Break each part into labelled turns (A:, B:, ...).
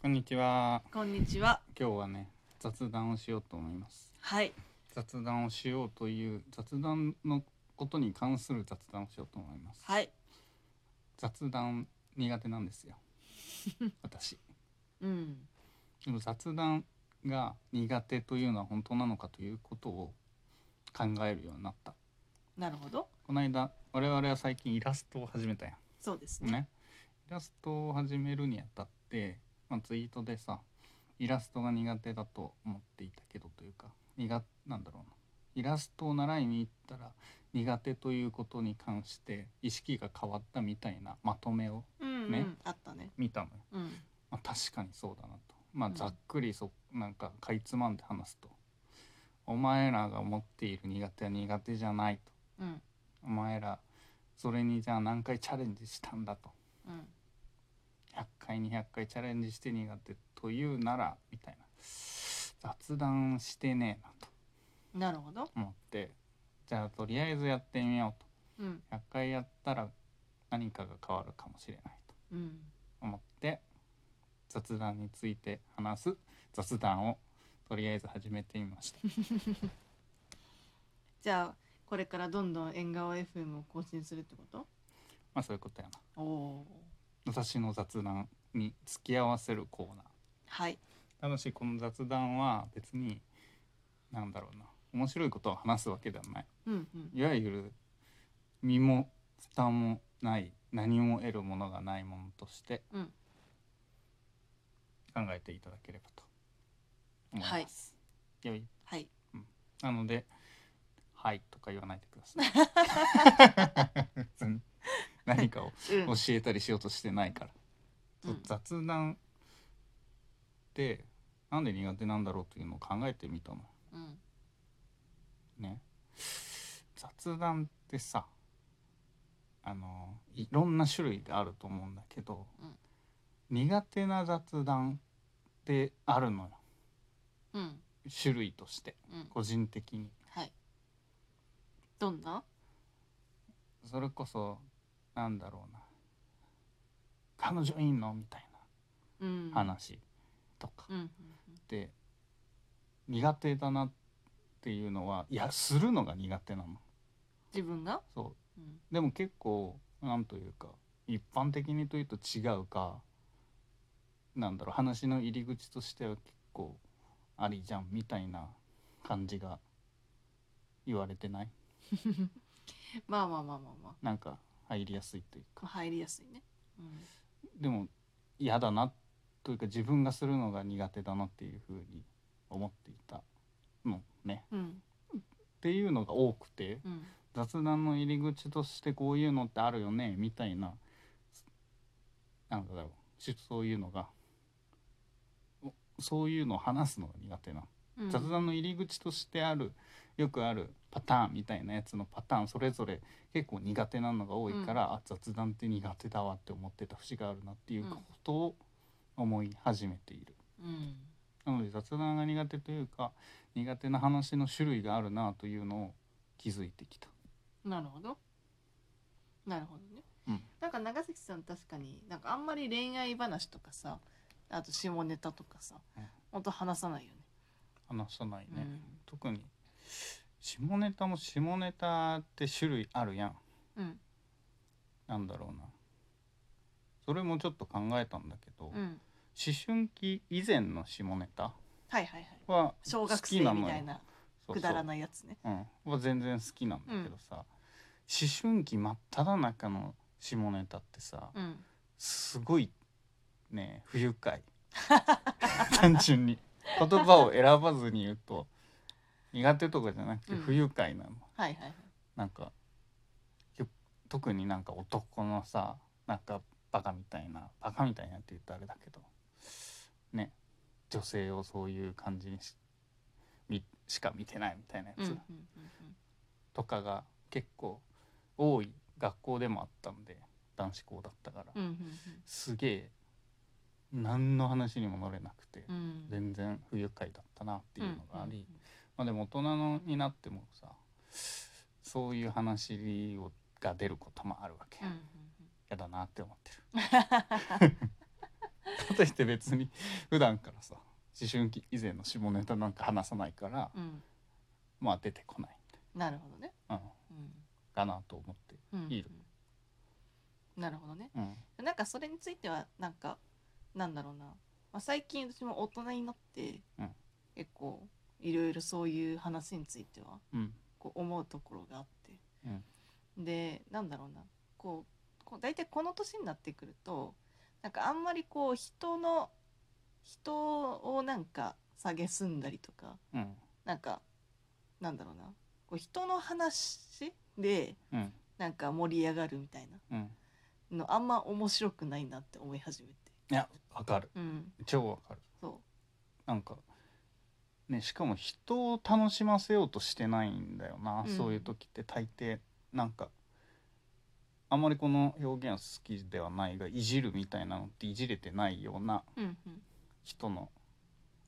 A: こんにちは。
B: こんにちは。
A: 今日はね、雑談をしようと思います。
B: はい。
A: 雑談をしようという雑談のことに関する雑談をしようと思います。
B: はい。
A: 雑談苦手なん ですよ。私。
B: うん。
A: でも雑談が苦手というのは本当なのかということを考えるようになった。
B: なるほど。
A: この間我々は最近イラストを始めたや
B: そうです
A: ん。
B: ね。
A: ね。イラストを始めるにあたって、まあ、ツイートでさイラストが苦手だと思っていたけどというか苦なんだろうなイラストを習いに行ったら苦手ということに関して意識が変わったみたいなまとめを
B: うん、うん
A: ね
B: あったね。
A: 見たのよ。
B: うん。
A: まあ、確かにそうだなと、まあ
B: う、ん
A: ざっくりそ、なんかかいつまんで話すと「お前らが持っている苦手は苦手じゃない」と
B: うん。
A: 「お前らそれにじゃあ何回チャレンジしたんだ」と
B: うん。
A: 「100回200回チャレンジして苦手というなら」みたいな雑談してねえなと
B: なるほど。
A: 思ってじゃあとりあえずやってみよう
B: うん。
A: と100回やったら何かが変わるかもしれないと
B: うん。
A: 思って雑談について話す雑談をとりあえず始めてみました
B: じゃあ、これからどんどん縁側 FM を更新するってこと
A: まあそういうことやな
B: おお
A: 私の雑談に付き合わせるコーナー
B: ー。はい。
A: ただしこの雑談は別になんだろうな面白いことを話すわけではない
B: うんうん。
A: いわゆる身も蓋もない何も得るものがないものとして
B: うん。
A: 考えていただければと思います、良い
B: はい。
A: なので「はい」とか言わないでください 別に何かを
B: う
A: 教。
B: ん
A: えたりしようとしてないから、そう
B: うん
A: 雑談ってなんで苦手なんだろうというのを考えてみたの
B: うん。
A: ね雑談ってさあのいろんな種類があると思うんだけど、
B: うん
A: 苦手な雑談ってあるのよ
B: うん。
A: 種類として
B: うん。
A: 個人的に
B: はい。どんな
A: それこそなんだろうな「彼女いんの?」みたい
B: うん。
A: な。話とか
B: うん。うん
A: って苦手だなっていうのはいやするのが苦手なの
B: 自分が
A: そう
B: うん。
A: でも結構なんというか一般的にというと違うかなんだろう話の入り口としては結構ありじゃんみたいな感じが言われてない
B: まあまあまあまあま
A: なんか入りやすいという
B: あ。
A: か
B: 入りやすいね。うん。
A: でも嫌だなというか自分がするのが苦手だなっていうふうに思っていたのね
B: うん。
A: っていうのが多くて
B: うん。
A: 雑談の入り口としてこういうのってあるよねみたいななんだろうしそういうのがおそういうのを話すのが苦手な、
B: うん。
A: 雑談の入り口としてあるよくあるパターンみたいなやつのパターンそれぞれ結構苦手なのが多いから、あ雑談って苦手だわって思ってた節があるなっていうことを思い始めている。
B: うん。
A: なので雑談が苦手というか苦手な話の種類があるなというのを気づいてきた。
B: なるほど。なるほどね。
A: うん
B: なんか長崎さん確かになんかあんまり恋愛話とかさ、あと下ネタとかさ
A: うん、
B: 本当話さないよね。
A: 話さないね、
B: うん
A: 特に下ネタも下ネタって種類あるやん
B: うん
A: なんだろうなそれもちょっと考えたんだけど、
B: う
A: 思
B: ん。
A: 春期以前の下ネタ
B: はいはいはい。
A: は
B: 小
A: 好
B: 学生
A: きなのよ
B: みたいな
A: そうそう
B: くだらないやつね。
A: うん、は全然好きなんだけどさ、思春期真っ只中の下ネタってさ、
B: うん。
A: すごいね不愉 快単純に言葉を選ばずに言うと苦手とかじゃなくて不愉快なの、
B: はいはいはい。
A: なんかよ特になんか男のさなんかバカみたいなバカみたいなって言ったらあれだけどね女性をそういう感じにしみしか見てないみたいなや
B: うんうん
A: つとかが結構多い学校でもあったんで男子校だったから、
B: うんうん
A: すげえ何の話にも乗れなくて
B: うんうん。っ
A: 全然不愉快だったなっていうのがあり、。
B: んん
A: まあ、でも大人のになってもさそういう話をが出ることもあるわけ、
B: うんうんうん
A: やだなって思ってるかといって別に普段からさ思春期以前の下ネタなんか話さないから、
B: うん
A: まあ出てこない、
B: なるほどね、
A: うん、かなと思って、
B: うんうん、
A: いいよ
B: なるほどね
A: うん、
B: なんかそれについてはなんかなんだろうな、まあ、最近私も大人になって、
A: うん
B: 結構いろいろそういう話については
A: うん
B: こう思うところがあって、でなんだろうなこうこう大体この年になってくるとなんかあんまりこう人の人をなんか下げすんだりとか
A: うん
B: なんかなんだろうなこう人の話で
A: うん
B: なんか盛り上がるみたい
A: うん
B: なのあんま面白くないなって思い始めて。
A: いやわかる
B: うん
A: 超わかる
B: そ
A: なんかねしかも人を楽しませようとしてないんだよな、
B: うん
A: そういう時って大抵なんかあんまりこの表現好きではないがいじるみたいなのっていじれてないような
B: う。うんうん
A: 人の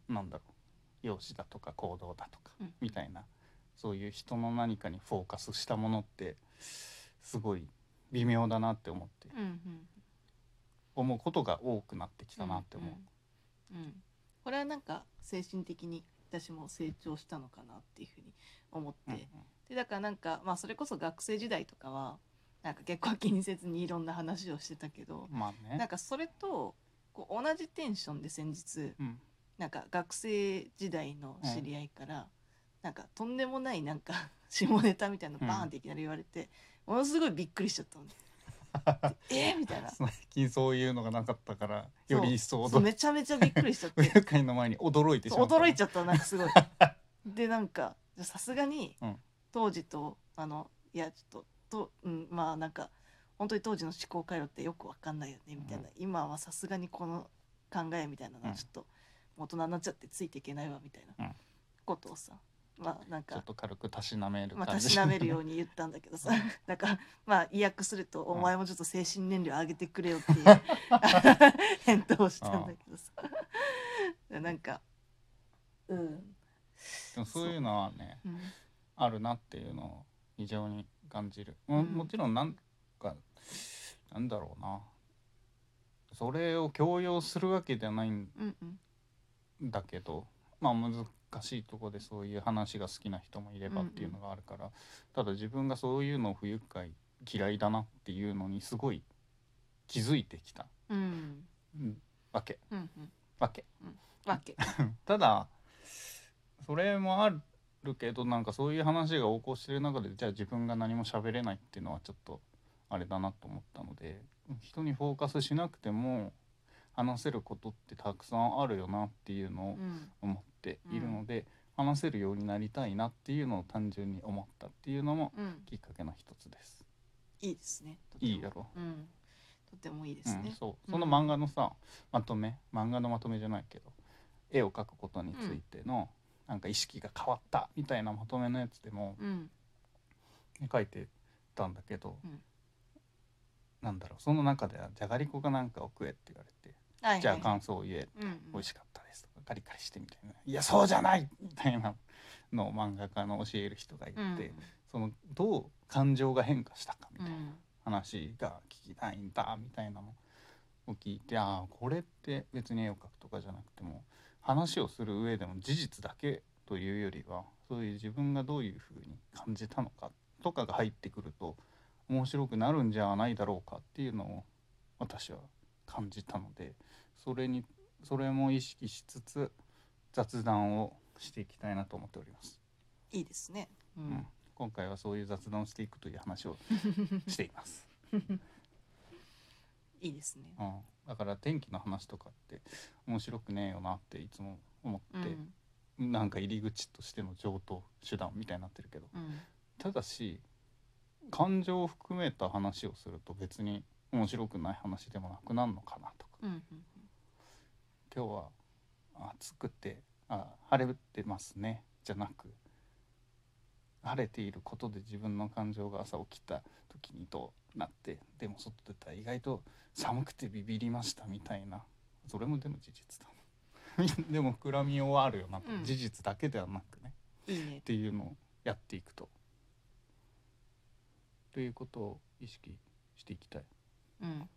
A: なんだろう容姿だとか行動だとか
B: うん
A: みたいなそういう人の何かにフォーカスしたものってすごい微妙だなって思って
B: うんうん。
A: 思うことが多くなってきたなって思う。
B: うん。うん。これはなんか精神的に私も成長したのかなっていうふうに思って、
A: うん
B: でだからなんかまあそれこそ学生時代とかはなんか結構気にせずにいろんな話をしてたけど、
A: まあ
B: なん
A: ね、
B: かそれとこう同じテンションで先日
A: うん、
B: なんか学生時代の知り合いから、なんかとんでもないなんか 下ネタみたいなのバーンっていきなり言われて、ものすごいびっくりしちゃった のね。えーみたい な。
A: 最近そういうのがなかったからより一層驚
B: めちゃめちゃびっくりしちゃ って
A: 親会の前に驚いてしまった
B: 驚いちゃったなんか すごいでなんかじゃあさすがに、
A: うん
B: 当時とあのいやちょっとと、うん、まあなんか本当に当時の思考回路ってよくわかんないよねみたいな、
A: うん
B: 今はさすがにこの考えみたいなの
A: う
B: は
A: ん
B: ちょっと大人になっちゃってついていけないわみたいな
A: うん
B: ことをさまあなん
A: ちょ
B: か
A: っと軽くたしなめる
B: まあ、
A: 感
B: た
A: じ
B: しなめるよう に言ったんだけどさ なんかまあ意訳すると
A: ん
B: 「お前もちょっと精神年齢上げてくれよ」っていう 返答をしたんだけどさなんかうん、
A: でもそういうのはね
B: うん、
A: あるなっていうのを非常に感じる、
B: ん
A: ももちろんなんかなんだろうなそれを強要するわけじゃないん
B: うんうん
A: だけどまあ難しいとこでそういう話が好きな人もいればっていうのがあるから、ただ自分がそういうのを不愉快嫌いだなっていうのにすごい気づいてきた、
B: うん
A: うん、わけ
B: うんうん
A: わけ
B: わけ
A: ただそれもあるけどなんかそういう話が横行してる中でじゃあ自分が何も喋れないっていうのはちょっとあれだなと思ったので人にフォーカスしなくても話せることってたくさんあるよなっていうのを
B: うん
A: 思っているので、話せるようになりたいなっていうのを単純に思ったっていうのも
B: うん
A: きっかけの一つです。
B: いいですねとても
A: いいだろ
B: うんとてもいいで
A: う
B: す
A: ん、
B: ね、
A: そう
B: うん
A: その漫画のさ、まとめ漫画のまとめじゃないけど絵を描くことについての、なんか意識が変わったみたいなまとめのやつでも
B: うん
A: 描いてたんだけど、
B: うん
A: なんだろうその中では「じゃがりこがなんかを食え」って言われて「
B: はいはい
A: じゃあ感想を言え」
B: うんうん
A: 美味しかったです」とか「カリカリして」みたいな「いやそうじゃない!」みたいなのを漫画家の教える人がいて、
B: うん
A: そのどう感情が変化したかみ
B: う
A: たいな。
B: ん
A: 話が聞きたいんだみたいなのを聞いてああこれって別に絵を描くとかじゃなくても話をする上でも事実だけというよりはそういう自分がどういうふうに感じたのかとかが入ってくると面白くなるんじゃないだろうかっていうのを私は感じたのでそれにそれも意識しつつ雑談をしていきたいなと思っております。
B: いいですねう
A: うんん、今回はそういう雑談をしていくという話をしています。
B: いいですね
A: うん、だから天気の話とかって面白くねえよなっていつも思
B: う
A: って、
B: ん
A: なんか入り口としての上等手段みたいになってるけど
B: うん
A: ただし感情を含めた話をすると別に面白くない話でもなくなるのかなとか
B: うんうん
A: 今日は暑くてあ晴れてますねじゃなく晴れていることで自分の感情が朝起きた時にとなってでも外出たら意外と寒くてビビりましたみたいなそれもでも事実だ なでも膨らみはあるよなと、
B: うん
A: 事実だけではなくね
B: いいね
A: っていうのをやっていくと。ということを意識していきたい。
B: うん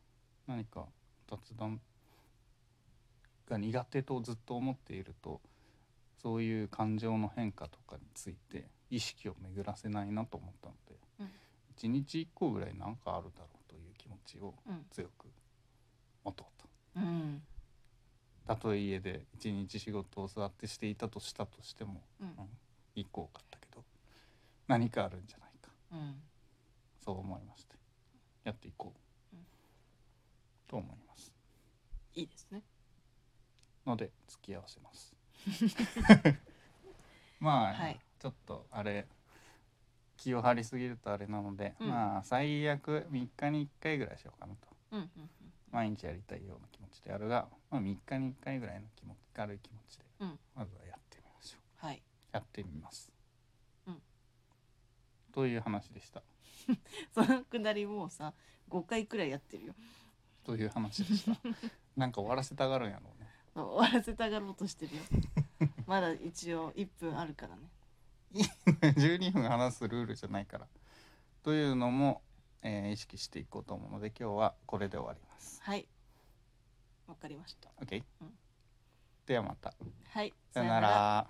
A: 何か雑談が苦手とずっと思っているとそういう感情の変化とかについて意識を巡らせないなと思ったので、
B: うん
A: 一日一個ぐらいなんかあるだろうという気持ちを
B: うん
A: 強く持とうと。
B: うん
A: たとえ家で一日仕事を座ってしていたとしたとしても、
B: うん
A: うん、一個多かったけど何かあるんじゃないか
B: うん
A: そう思いましてやっていこう、
B: うん
A: と思います
B: いいですね
A: ので付き合わせます まあ、
B: はい
A: ちょっとあれ気を張りすぎるとあれなので、
B: うん
A: まあ最悪3日に1回ぐらいしようかなと
B: うんうんうん
A: 毎日やりたいような気持ちであるが、まあ、3日に1回ぐらいの気持ち軽い気持ちで、
B: うん
A: まずはやってみましょう
B: はい
A: やってみます。
B: うん
A: という話でした。
B: そのくだりもうさ5回くらいやってるよ
A: という話で した。なんか終わらせたがるんやろうね。
B: 終わらせたがろうとしてる よまだ一応1分あるからね
A: 12分話すルールじゃないから。というのも、えー意識していこうと思うので今日はこれで終わります。
B: はいわかりました
A: OK?、
B: うん
A: ではまた。
B: はい
A: さよなら。